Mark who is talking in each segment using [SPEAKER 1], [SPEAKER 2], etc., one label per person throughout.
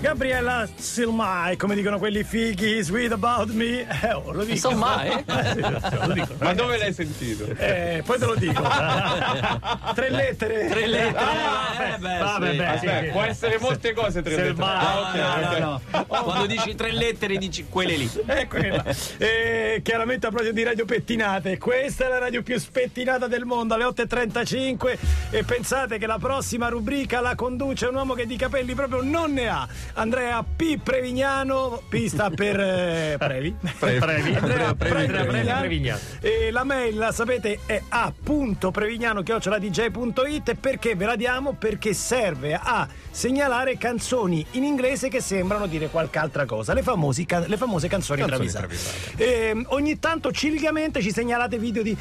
[SPEAKER 1] Gabriella Silmai, come dicono quelli fighi, sweet about me. Eh, oh, lo dico.
[SPEAKER 2] Silmai?
[SPEAKER 1] Eh, sì, lo dico,
[SPEAKER 3] Ma dove l'hai sentito?
[SPEAKER 1] eh, poi te lo dico. Tre lettere.
[SPEAKER 2] Tre lettere.
[SPEAKER 1] Ah,
[SPEAKER 2] Eh, beh,
[SPEAKER 1] vabbè,
[SPEAKER 2] sì.
[SPEAKER 1] beh,
[SPEAKER 3] Aspetta,
[SPEAKER 1] sì,
[SPEAKER 3] può
[SPEAKER 1] sì.
[SPEAKER 3] essere molte cose tre lettere.
[SPEAKER 1] Silmai.
[SPEAKER 3] Ah, ok,
[SPEAKER 1] No,
[SPEAKER 3] ok.
[SPEAKER 1] no, no.
[SPEAKER 2] Quando dici tre lettere dici quelle lì.
[SPEAKER 1] È quella. E chiaramente a proposito di radio pettinate, questa è la radio più spettinata del mondo alle 8.35 e pensate che la prossima rubrica la conduce un uomo che di capelli proprio non ne ha. Andrea P. Prevignano, P sta per eh, Previ.
[SPEAKER 4] Previ.
[SPEAKER 1] Andrea
[SPEAKER 4] Andrea Previ, Andrea Previ,
[SPEAKER 1] Prevignano.
[SPEAKER 4] Prevignano.
[SPEAKER 1] E la mail, la sapete, è a.prevignano.dj.it perché ve la diamo? Perché serve a segnalare canzoni in inglese che sembrano dire qualche altra cosa, le, famosi can- le famose canzoni,
[SPEAKER 4] Canzoni
[SPEAKER 1] travisate. Ehm, ogni tanto cilicamente ci segnalate video di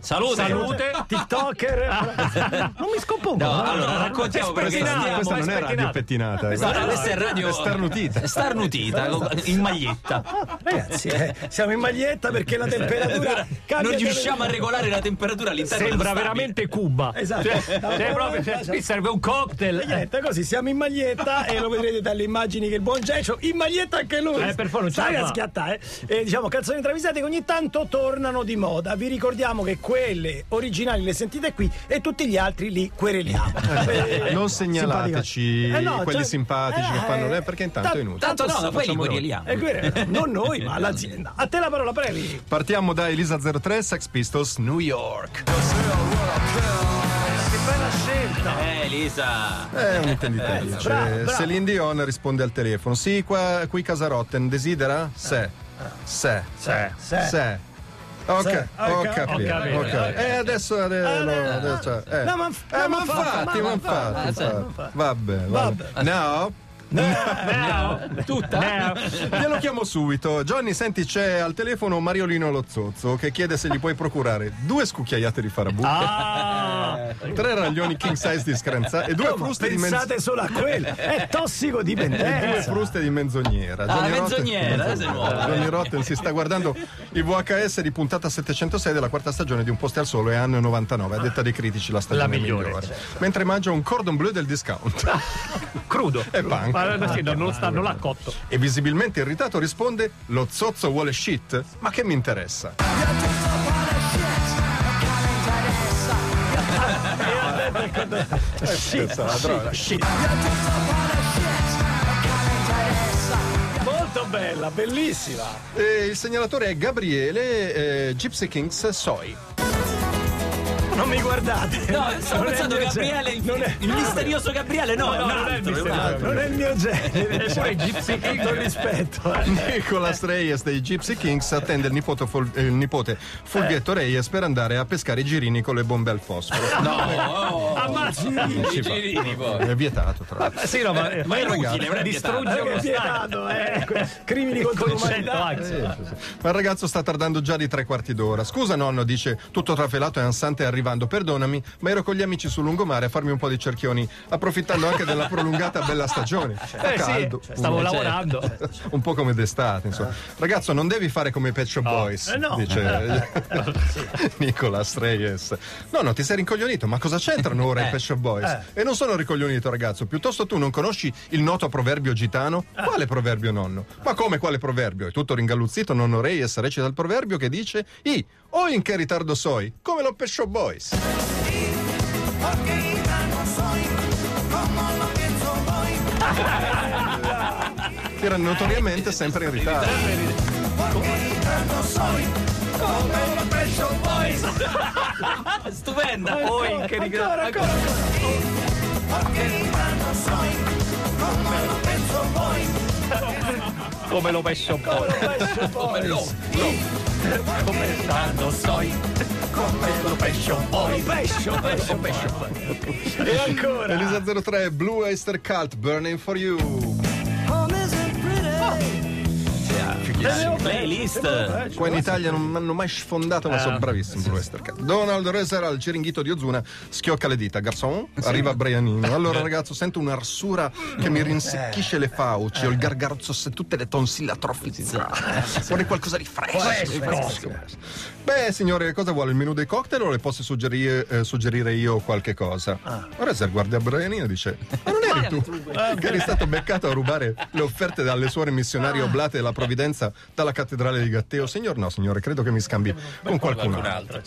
[SPEAKER 2] Salute.
[SPEAKER 1] TikToker. non mi scompongo.
[SPEAKER 2] No, allora, raccontiamo
[SPEAKER 1] È
[SPEAKER 2] perché
[SPEAKER 1] spettinata,
[SPEAKER 2] stiamo-
[SPEAKER 1] è
[SPEAKER 4] Questa non è radio
[SPEAKER 1] spettinata.
[SPEAKER 4] pettinata. eh.
[SPEAKER 2] No, no, questa è radio
[SPEAKER 4] Starnutita.
[SPEAKER 2] Starnutita, con- in maglietta.
[SPEAKER 1] Ragazzi, eh, siamo in maglietta perché la temperatura cambia.
[SPEAKER 2] Non
[SPEAKER 1] di-
[SPEAKER 2] riusciamo a regolare la temperatura all'interno
[SPEAKER 4] Sembra
[SPEAKER 2] dello stabile.
[SPEAKER 4] veramente Cuba.
[SPEAKER 1] Esatto. Da
[SPEAKER 4] Cioè,
[SPEAKER 1] una
[SPEAKER 4] proprio,
[SPEAKER 1] volta-
[SPEAKER 4] cioè, qui serve un
[SPEAKER 1] E
[SPEAKER 4] cocktail.
[SPEAKER 1] niente, così siamo in maglietta e lo vedrete dalle immagini che il buon Gecio in maglietta anche lui.
[SPEAKER 4] Eh, per favore, non ce
[SPEAKER 1] Sai
[SPEAKER 4] la
[SPEAKER 1] a
[SPEAKER 4] fa.
[SPEAKER 1] schiattare. E diciamo canzoni travisate che ogni tanto tornano di moda. Vi ricordiamo che quelle originali le sentite qui e tutti gli altri li quereliamo. Eh,
[SPEAKER 4] Non segnalateci
[SPEAKER 1] simpatica.
[SPEAKER 4] quelli simpatici che fanno,
[SPEAKER 1] cioè, eh,
[SPEAKER 4] eh, perché intanto
[SPEAKER 1] ta-
[SPEAKER 4] è inutile.
[SPEAKER 2] Tanto no, poi li
[SPEAKER 4] Facciamo noi.
[SPEAKER 2] quereliamo.
[SPEAKER 1] eh, quereliamo. non noi, ma l'azienda. A te la parola, previ.
[SPEAKER 4] Partiamo da Elisa 03, Sex Pistols, New York.
[SPEAKER 1] Che bella scelta.
[SPEAKER 2] Eh, Elisa.
[SPEAKER 4] È un'intenditatrice.
[SPEAKER 1] Eh, bravo, bravo.
[SPEAKER 4] Celine Dion risponde al telefono. Sì, qua, qui Casarotten desidera?
[SPEAKER 1] Eh.
[SPEAKER 4] Se. Se.
[SPEAKER 1] Se. Se.
[SPEAKER 4] Se. Ok,
[SPEAKER 1] Eh. Se.
[SPEAKER 4] ho
[SPEAKER 1] Ok,
[SPEAKER 4] capito.
[SPEAKER 1] ho capito.
[SPEAKER 4] ok. Eh, adesso. eh, no, adesso, eh.
[SPEAKER 1] No, ma-
[SPEAKER 4] Eh,
[SPEAKER 1] no,
[SPEAKER 4] ma
[SPEAKER 1] ma fa-
[SPEAKER 4] infatti,
[SPEAKER 1] ma-
[SPEAKER 4] ma
[SPEAKER 1] ma-
[SPEAKER 4] infatti. infatti. Vabbè, vabbè. No?
[SPEAKER 2] Tutta?
[SPEAKER 4] Glielo chiamo subito. Johnny, senti, c'è al telefono Mariolino Lozzozzo che chiede se gli puoi procurare due scucchiaiate di farabutta,
[SPEAKER 1] Ah,
[SPEAKER 4] tre raglioni king size di scranza e due fruste di mezzo.
[SPEAKER 1] pensate solo a quella. È tossicodipendenza.
[SPEAKER 4] Due fruste di menzognera.
[SPEAKER 2] Ah,
[SPEAKER 4] Johnny Rotten-
[SPEAKER 2] menzognera, adesso è nuova.
[SPEAKER 4] Johnny Rotten si sta guardando il VHS di puntata 706 della quarta stagione di Un Posto al Sole, anno 99. A detta dei critici, la stagione
[SPEAKER 5] La migliore,
[SPEAKER 4] migliore. Mentre mangia un cordon bleu del discount.
[SPEAKER 5] Crudo.
[SPEAKER 4] È punk.
[SPEAKER 5] Ma, ma sì, no, non, lo sta, non l'ha cotto.
[SPEAKER 4] E visibilmente irritato risponde: Lo zozzo vuole shit? Ma che mi interessa?
[SPEAKER 1] Eh, Shit, shit. Molto bella, bellissima.
[SPEAKER 4] E Eh, il segnalatore è Gabriele eh, Gypsy Kings Soi.
[SPEAKER 1] Non mi guardate.
[SPEAKER 2] No, stavo
[SPEAKER 1] Non è
[SPEAKER 2] pensando
[SPEAKER 1] il mio
[SPEAKER 2] Gabriele,
[SPEAKER 1] genere.
[SPEAKER 2] il,
[SPEAKER 1] Non è-
[SPEAKER 2] il misterioso Gabriele, no, no, non è il misterioso.
[SPEAKER 1] Non è il mio genere. Cioè, tutto il rispetto. eh.
[SPEAKER 4] Nicolas Reyes dei Gypsy Kings attende il nipote, Fol- eh, il nipote Fulghetto
[SPEAKER 5] Eh.
[SPEAKER 4] Reyes per andare a pescare i girini con le bombe al fosforo.
[SPEAKER 1] Ammazzi.
[SPEAKER 4] Non ci va. È vietato, tra l'altro.
[SPEAKER 5] Sì, no, ma,
[SPEAKER 1] eh,
[SPEAKER 2] Ma è inutile, non è vietato.
[SPEAKER 5] Distrugge-
[SPEAKER 1] Che vietato, eh. Crimini contro
[SPEAKER 5] concetto
[SPEAKER 1] l'umanità.
[SPEAKER 5] anche.
[SPEAKER 4] Ma il ragazzo sta tardando già di tre quarti d'ora. Scusa, nonno, dice tutto trafelato e ansante arrivando. Perdonami, ma ero con gli amici sul lungomare a farmi un po' di cerchioni, approfittando anche della prolungata bella stagione. Fa
[SPEAKER 5] Eh, sì,
[SPEAKER 4] caldo.
[SPEAKER 2] Cioè,
[SPEAKER 5] stavo lavorando.
[SPEAKER 2] certo.
[SPEAKER 4] un po' come d'estate, insomma. Ragazzo, non devi fare come i Pet Shop Boys,
[SPEAKER 1] eh ecco, no.
[SPEAKER 4] dice Nicolas Reyes. No, no, ti sei rincoglionito, ma cosa c'entrano
[SPEAKER 1] Eh.
[SPEAKER 4] ora i Pet Shop Boys? E non sono ricoglionito, ragazzo, piuttosto tu non conosci il noto proverbio gitano?
[SPEAKER 1] Eh.
[SPEAKER 4] Quale proverbio, nonno? Ma come quale proverbio? È tutto ringalluzzito, nonno Reyes recita il proverbio che dice I, o in che ritardo soi, come lo Pet Shop Boys. Era notoriamente sempre in ritardo.
[SPEAKER 2] Stupenda. Oh,
[SPEAKER 1] Poi che ancora, ancora.
[SPEAKER 5] come lo pescio poi.
[SPEAKER 2] Come lo, come tanto soi, come lo pescio poi, pescio, pescio, pescio.
[SPEAKER 1] E ancora.
[SPEAKER 4] Elisa 03, Blue Oyster Cult, Burning for You.
[SPEAKER 6] Home isn't pretty.
[SPEAKER 2] Sì, ah, bravissimo. Playlist.
[SPEAKER 4] Qua in Italia non hanno mai sfondato, ma sono bravissimi per Western Cat. Donald Reser al Ciringhito di Ozuna schiocca le dita. Garçon, arriva Brianino. Allora, ragazzo, sento un'arsura che mi rinsecchisce le fauci. Ho il gargarozzo se tutte le tonsille atrofizzate. Vorrei qualcosa di fresco. fresco. Beh, signore, cosa vuole? Il menù dei cocktail o le posso suggerire, eh, suggerire io qualche cosa? Reser guarda Brianino e dice: Ma non eri tu che eri stato beccato a rubare le offerte dalle suore missionarie oblate della provvidenza dalla cattedrale di Gatteo? Signor, no, signore, credo che mi scambi con qualcun altro.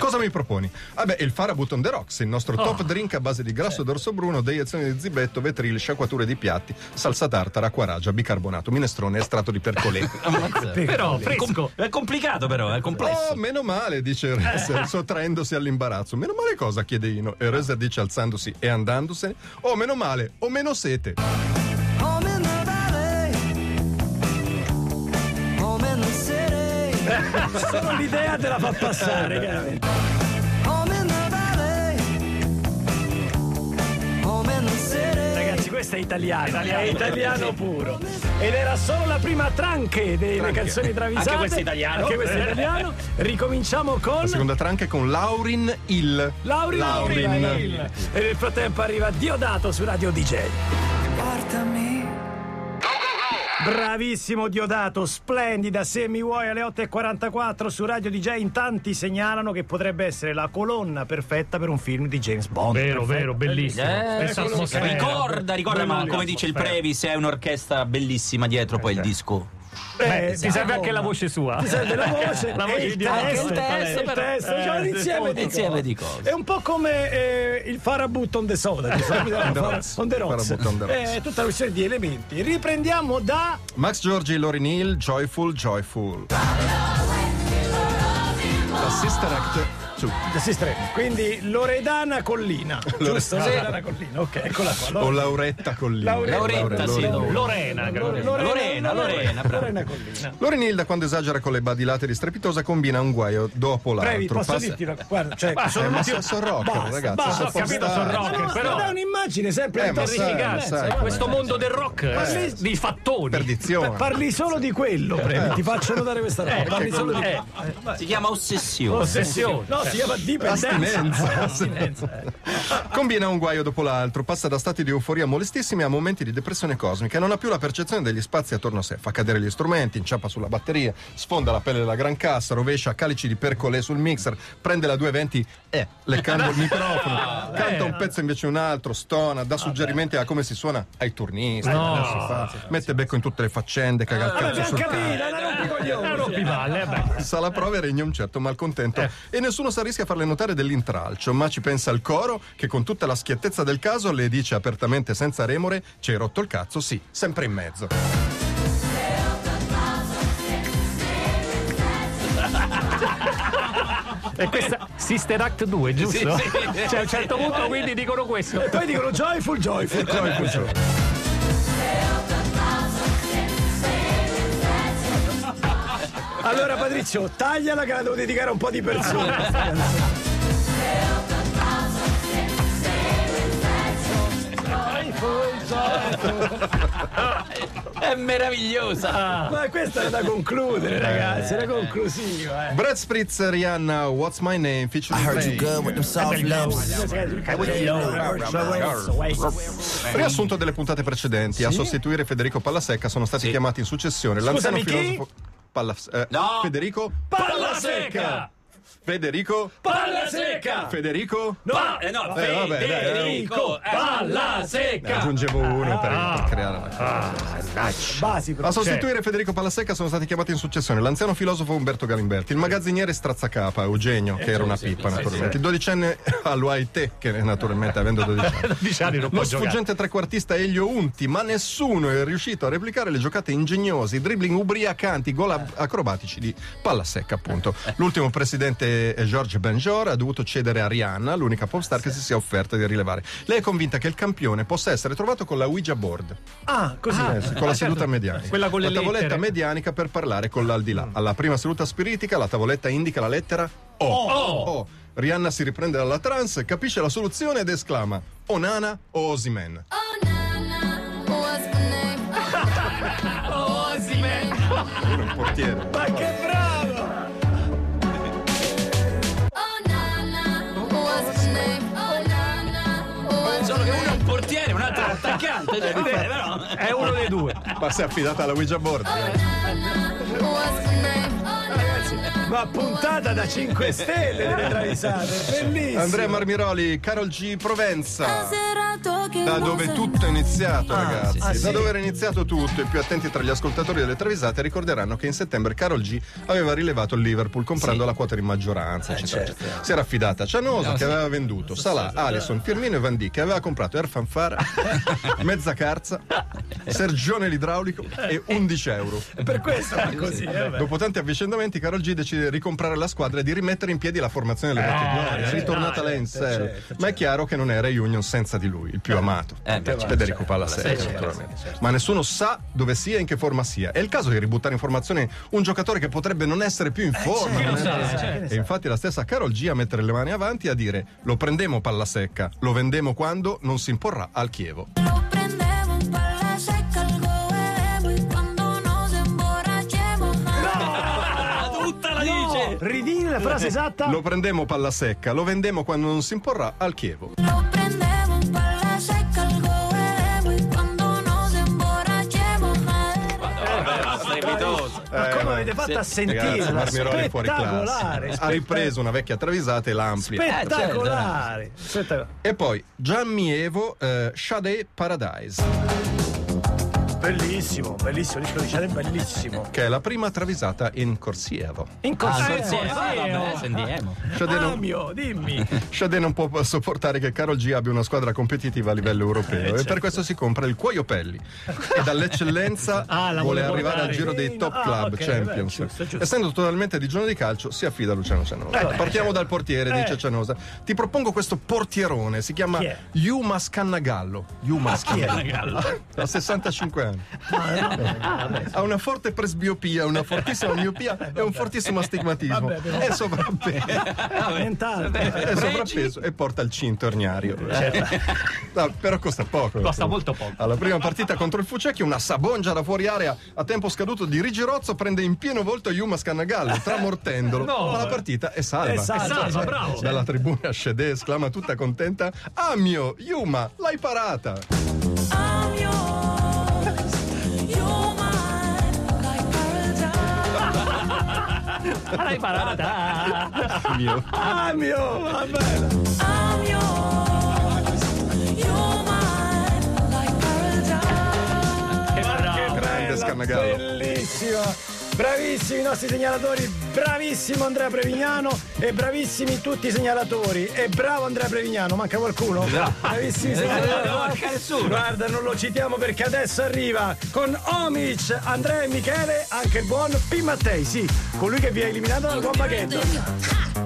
[SPEAKER 4] Cosa mi proponi? Vabbè, il Farabut on the Rocks, il nostro top drink a base di grasso d'orso bruno, deiezione di zibetto, vetril, sciacquature di piatti, salsa tartara, acquaragia, bicarbonato, minestrone, estratto di percolé.
[SPEAKER 5] Però fresco.
[SPEAKER 2] È complicato però, è complesso.
[SPEAKER 4] Oh, meno male, dice Reser, sottraendosi all'imbarazzo. Meno male cosa? chiede Ino. E Reser dice alzandosi e andandosene. Oh, meno male, o meno sete.
[SPEAKER 6] Home in the valley, home in the city,
[SPEAKER 1] Solo l'idea te la fa
[SPEAKER 2] Eh.
[SPEAKER 1] passare, chiaramente.
[SPEAKER 6] home in the valley, home in the city.
[SPEAKER 1] Ragazzi, questo è italiano, è italiano puro. Ed era solo la prima tranche delle canzoni travisate.
[SPEAKER 2] Anche questo è italiano.
[SPEAKER 1] Anche questo è italiano. Ricominciamo con.
[SPEAKER 4] Seconda tranche con Laurin Il.
[SPEAKER 1] Laurin,
[SPEAKER 4] Laurin.
[SPEAKER 1] Laurin. E nel frattempo arriva Diodato su Radio DJ.
[SPEAKER 6] Portami
[SPEAKER 1] Bravissimo Diodato, splendida, se mi vuoi alle 8.44 su Radio DJ in tanti segnalano che potrebbe essere la colonna perfetta per un film di James Bond.
[SPEAKER 5] Vero, vero, bellissimo.
[SPEAKER 2] Eh,
[SPEAKER 5] Questa
[SPEAKER 2] sì, sì,
[SPEAKER 5] atmosfera.
[SPEAKER 2] ricorda, ricorda, ma
[SPEAKER 5] Bellissimo.
[SPEAKER 2] come dice il Previs, è un'orchestra bellissima dietro poi il disco.
[SPEAKER 1] Eh,
[SPEAKER 5] Ti serve anche la voce sua.
[SPEAKER 1] Ti serve la voce,
[SPEAKER 5] La voce
[SPEAKER 1] e il
[SPEAKER 5] di Diodato.
[SPEAKER 1] testo,
[SPEAKER 5] Anche il testo,
[SPEAKER 1] e il
[SPEAKER 5] però.
[SPEAKER 1] testo,
[SPEAKER 5] Eh,
[SPEAKER 1] cioè, un
[SPEAKER 5] sì,
[SPEAKER 1] insieme, di,
[SPEAKER 2] insieme
[SPEAKER 1] cose.
[SPEAKER 2] di cose.
[SPEAKER 1] È un po' come eh, il Farabut on the soda, giusto? on the rocks.
[SPEAKER 4] Farabut on the rocks.
[SPEAKER 1] Eh, È tutta una questione di elementi. Riprendiamo da
[SPEAKER 4] Max Giorgi, Laurin Hill, Joyful, Joyful. La sister act 2.
[SPEAKER 1] Sistre. Quindi Loredana Collina. Giusto? Loredana Collina, ok, eccola qua.
[SPEAKER 4] O
[SPEAKER 1] Lore-
[SPEAKER 4] Lauretta Collina.
[SPEAKER 1] Lauretta,
[SPEAKER 2] Lauretta, sì.
[SPEAKER 4] Laurin.
[SPEAKER 5] Lorena, credo.
[SPEAKER 2] Lorena, Lorena, brava.
[SPEAKER 1] Lorena Collina.
[SPEAKER 4] Laurin Hill, da quando esagera con le badilate di strepitosa, combina un guaio dopo l'altro.
[SPEAKER 1] Previ, posso
[SPEAKER 4] Passa-
[SPEAKER 1] dirti una guarda, cioè,
[SPEAKER 4] Eh,
[SPEAKER 1] sono
[SPEAKER 4] ma
[SPEAKER 1] un
[SPEAKER 4] so- sono rocker,
[SPEAKER 1] Basta,
[SPEAKER 4] ragazzi.
[SPEAKER 1] basta,
[SPEAKER 4] sono
[SPEAKER 1] ho capito,
[SPEAKER 4] popstar.
[SPEAKER 5] sono rocker,
[SPEAKER 1] Ma no,
[SPEAKER 5] però-
[SPEAKER 1] ma dà un'immagine sempre
[SPEAKER 4] Eh,
[SPEAKER 1] in
[SPEAKER 4] ma
[SPEAKER 1] torno di
[SPEAKER 4] sai,
[SPEAKER 1] cazzo,
[SPEAKER 4] sai,
[SPEAKER 1] eh.
[SPEAKER 5] Questo mondo del rock, eh,
[SPEAKER 1] sì.
[SPEAKER 5] dei fattoni.
[SPEAKER 4] Perdizione.
[SPEAKER 1] Parli solo di quello, Previ, ti faccio notare questa roba.
[SPEAKER 5] Eh,
[SPEAKER 1] Parli solo di
[SPEAKER 5] eh,
[SPEAKER 2] Si chiama Ossessione.
[SPEAKER 5] ossessione.
[SPEAKER 1] No, si chiama dipendenza.
[SPEAKER 4] Astinenza. Combina un guaio dopo l'altro, passa da stati di euforia molestissimi a momenti di depressione cosmica, non ha più la percezione degli spazi attorno a sé, fa cadere gli strumenti, inciampa sulla batteria, sfonda la pelle della gran cassa, rovescia calici di percolé sul mixer, prende la 220 e leccando il microfono, canta un pezzo invece un altro, stona, dà suggerimenti a come si suona ai turnisti,
[SPEAKER 5] No.
[SPEAKER 4] come si fa, mette becco in tutte le faccende, caga il
[SPEAKER 1] Eh, Vabbè,
[SPEAKER 4] cazzo
[SPEAKER 1] abbiamo
[SPEAKER 4] sul
[SPEAKER 1] capito, la rompi coglioni.
[SPEAKER 5] Eh, rompivalle, eh, beh.
[SPEAKER 4] Sa la prova e regna un certo malcontento e nessuno sa rischia a farle notare dell'intralcio, ma ci pensa il coro che con tutta la schiettezza del caso le dice apertamente senza remore ci hai rotto il cazzo, sì, sempre in mezzo.
[SPEAKER 5] E questa Sister Act 2, giusto?
[SPEAKER 2] Sì, sì.
[SPEAKER 5] Cioè a un certo punto quindi dicono questo.
[SPEAKER 1] E poi dicono joyful, joyful, joyful, joyful. Allora Patrizio, tagliala che la devo dedicare a un po' di persone.
[SPEAKER 2] È meravigliosa.
[SPEAKER 1] Ma questa era da concludere, ragazzi, era conclusiva, eh.
[SPEAKER 4] Brad Spritz, Rihanna, What's My Name, featuring
[SPEAKER 7] Heard you
[SPEAKER 4] Drake.
[SPEAKER 7] good with them soft
[SPEAKER 1] eh,
[SPEAKER 7] lips.
[SPEAKER 4] Riassunto delle puntate precedenti, a sostituire Federico Pallasecca sono stati chiamati in successione l'anziano
[SPEAKER 1] Scusami, chi?
[SPEAKER 4] filosofo Pallas- eh,
[SPEAKER 2] No.
[SPEAKER 4] Federico
[SPEAKER 1] Palla secca!
[SPEAKER 4] Federico
[SPEAKER 1] Palla secca!
[SPEAKER 4] Federico
[SPEAKER 2] Pa- eh, no,
[SPEAKER 4] Eh, vabbè, dai,
[SPEAKER 2] Federico, palla secca.
[SPEAKER 4] Aggiungevo uno per, per creare la
[SPEAKER 1] Basi,
[SPEAKER 4] A
[SPEAKER 1] proprio.
[SPEAKER 4] sostituire Federico Pallasecca sono stati chiamati in successione l'anziano filosofo Umberto Galimberti, il magazziniere Strazzacapa, Eugenio, che era una pippa naturalmente, il dodicenne ah, all'UAIT, che naturalmente avendo 12 anni,
[SPEAKER 5] 12 anni non può
[SPEAKER 4] lo
[SPEAKER 5] giocare.
[SPEAKER 4] sfuggente trequartista Elio Unti, ma nessuno è riuscito a replicare le giocate ingegnose, i dribbling ubriacanti, i gol ab- acrobatici di Pallasecca appunto. L'ultimo presidente eh, George Benjor ha dovuto cedere a Rihanna, l'unica popstar che si sia offerta di rilevare. Lei è convinta che il campione possa essere trovato con la Ouija board.
[SPEAKER 1] Ah, così.
[SPEAKER 4] Eh, sì, con la seduta medianica. Mm.
[SPEAKER 5] Quella con le
[SPEAKER 4] la tavoletta
[SPEAKER 5] lettere.
[SPEAKER 4] medianica per parlare con l'aldilà. Alla prima seduta spiritica la tavoletta indica la lettera O. O. Rihanna si riprende dalla trance, capisce la soluzione ed esclama O Nana o Osimen.
[SPEAKER 8] Oh, Nana, what's the name?
[SPEAKER 4] uno, il portiere.
[SPEAKER 1] Ma che bravo!
[SPEAKER 7] Oh Nana, what's the name? Oh Nana, what's
[SPEAKER 2] Solo che uno è un portiere, un altro è un attaccante. Cioè, vabbè, però.
[SPEAKER 5] È uno dei due.
[SPEAKER 4] Ma sei affidata alla Ouija board. eh?
[SPEAKER 7] what's the name? Oh Nana.
[SPEAKER 1] Ma puntata da 5 stelle delle travisate, bellissimo!
[SPEAKER 4] Andrea Marmiroli, Carol G.
[SPEAKER 7] Ah,
[SPEAKER 4] Provenza.
[SPEAKER 7] Serato che
[SPEAKER 4] Da dove tutto è iniziato, ragazzi.
[SPEAKER 1] ah, sì.
[SPEAKER 4] Da dove era iniziato tutto. I più attenti tra gli ascoltatori delle travisate ricorderanno che in settembre Carol G aveva rilevato il Liverpool comprando la quota di
[SPEAKER 1] Eh,
[SPEAKER 4] maggioranza. eccetera,
[SPEAKER 1] certo.
[SPEAKER 4] eccetera. Si era affidata a Cianosa che aveva venduto Salah, Alisson, Firmino e Van Dijk che aveva comprato Erfan Farah, Mezza Carza,
[SPEAKER 1] Eh.
[SPEAKER 4] Sergione l'idraulico e 11 euro.
[SPEAKER 1] Per questo fa così, eh, vabbè.
[SPEAKER 4] Dopo tanti avvicendamenti, Carol G decide di ricomprare la squadra e di rimettere in piedi la formazione
[SPEAKER 2] Eh,
[SPEAKER 4] delle vecchie glorie. È
[SPEAKER 2] certo,
[SPEAKER 4] ritornata lei in serie. Ma è chiaro che non era Union senza di lui, il più amato.
[SPEAKER 2] Eh, beh, certo.
[SPEAKER 4] Federico Pallaserio, naturalmente. Ma nessuno sa dove sia e in che forma sia. È il caso di ributtare in formazione un giocatore che potrebbe non essere più in
[SPEAKER 2] Eh, certo,
[SPEAKER 4] forma. non è- E infatti la stessa Carol G a mettere le mani avanti e a dire: Lo prendemo Pallasecca, lo vendemo quando non si imporrà al Chievo.
[SPEAKER 7] Lo prendemos para la seca, algo bebemos y cuando nos emborrachemos.
[SPEAKER 2] Ah, tutta la dice.
[SPEAKER 1] Ridire la frase esatta?
[SPEAKER 4] Lo prendemo Pallasecca, lo vendemo quando non si imporrà al Chievo.
[SPEAKER 7] Lo prendemos para la seca, algo bebemos y cuando nos emborrachemos.
[SPEAKER 2] Ma strepitoso.
[SPEAKER 1] Ma come
[SPEAKER 4] Eh,
[SPEAKER 1] avete fatto a
[SPEAKER 4] Ragazzi,
[SPEAKER 1] sentirla?
[SPEAKER 4] Marmiroli fuori
[SPEAKER 1] Spettacolare!
[SPEAKER 4] classe. Ha ripreso una vecchia travisata e l'amplia.
[SPEAKER 1] Spettacolare! Spettacolare.
[SPEAKER 4] E poi Giammievo eh, Shade Paradise,
[SPEAKER 1] Bellissimo, bellissimo, il disco di Shade è bellissimo.
[SPEAKER 4] che è la prima travisata in Corsievo.
[SPEAKER 1] In
[SPEAKER 2] Ah,
[SPEAKER 1] corsia,
[SPEAKER 2] forse- ah, vabbè, sentiamo.
[SPEAKER 4] Shade non,
[SPEAKER 1] Amio, dimmi.
[SPEAKER 4] Shade non può sopportare che Carol G abbia una squadra competitiva a livello
[SPEAKER 1] Eh,
[SPEAKER 4] europeo e
[SPEAKER 1] certo.
[SPEAKER 4] per questo si compra il Cuoiopelli e dall'eccellenza
[SPEAKER 5] Ah,
[SPEAKER 4] vuole
[SPEAKER 5] la vuole
[SPEAKER 4] arrivare al
[SPEAKER 5] portare.
[SPEAKER 4] giro dei top
[SPEAKER 1] Ah,
[SPEAKER 4] club
[SPEAKER 1] ok,
[SPEAKER 4] Champions.
[SPEAKER 1] beh, giusto, giusto. Eh,
[SPEAKER 4] Essendo totalmente di giorno di calcio si affida a Luciano Cianosa.
[SPEAKER 1] certo.
[SPEAKER 4] Partiamo dal portiere, dice Cianosa. Ti propongo questo portierone, si chiama
[SPEAKER 1] Chi è? Ah,
[SPEAKER 4] Yuma Scannagallo. Yuma
[SPEAKER 5] Scannagallo.
[SPEAKER 4] Ha 65 anni. Eh,
[SPEAKER 1] Ah,
[SPEAKER 4] Ha una forte presbiopia, una fortissima miopia e un fortissimo astigmatismo.
[SPEAKER 1] Eh, Vabbè, però-
[SPEAKER 4] È sovrappeso
[SPEAKER 2] Eh,
[SPEAKER 1] Mentale.
[SPEAKER 4] è sovrappeso e porta il cinto erniario. No, però costa poco.
[SPEAKER 5] Eh. Certo. Costa molto poco.
[SPEAKER 4] Alla prima partita contro il Fucecchi, una sabongia da fuori area a tempo scaduto di Rigirozzo prende in pieno volto Yuma Scannagallo, tramortendolo.
[SPEAKER 5] No.
[SPEAKER 4] Ma la partita è salva.
[SPEAKER 1] È salva.
[SPEAKER 5] Salva, bravo.
[SPEAKER 4] Dalla tribuna Shede esclama tutta contenta: Ah mio, Yuma, l'hai parata!
[SPEAKER 6] I'm yours, you're mine, like paradise.
[SPEAKER 5] L'hai parata.
[SPEAKER 4] Mio.
[SPEAKER 1] Amio, vabbè.
[SPEAKER 6] I'm yours, you're mine, like paradise.
[SPEAKER 5] Che bravo.
[SPEAKER 4] Grande
[SPEAKER 1] Bella,
[SPEAKER 4] Scannagallo.
[SPEAKER 1] Bellissima. Bravissimi i nostri segnalatori, bravissimo Andrea Prevignano e bravissimi tutti i segnalatori. E bravo Andrea Prevignano, manca qualcuno? Bravissimi segnalatori. Guarda, non lo citiamo perché adesso arriva con Omic, Andrea e Michele, anche il buon P. Mattei, sì, colui che vi ha eliminato dal buon baghetto.
[SPEAKER 7] Ha!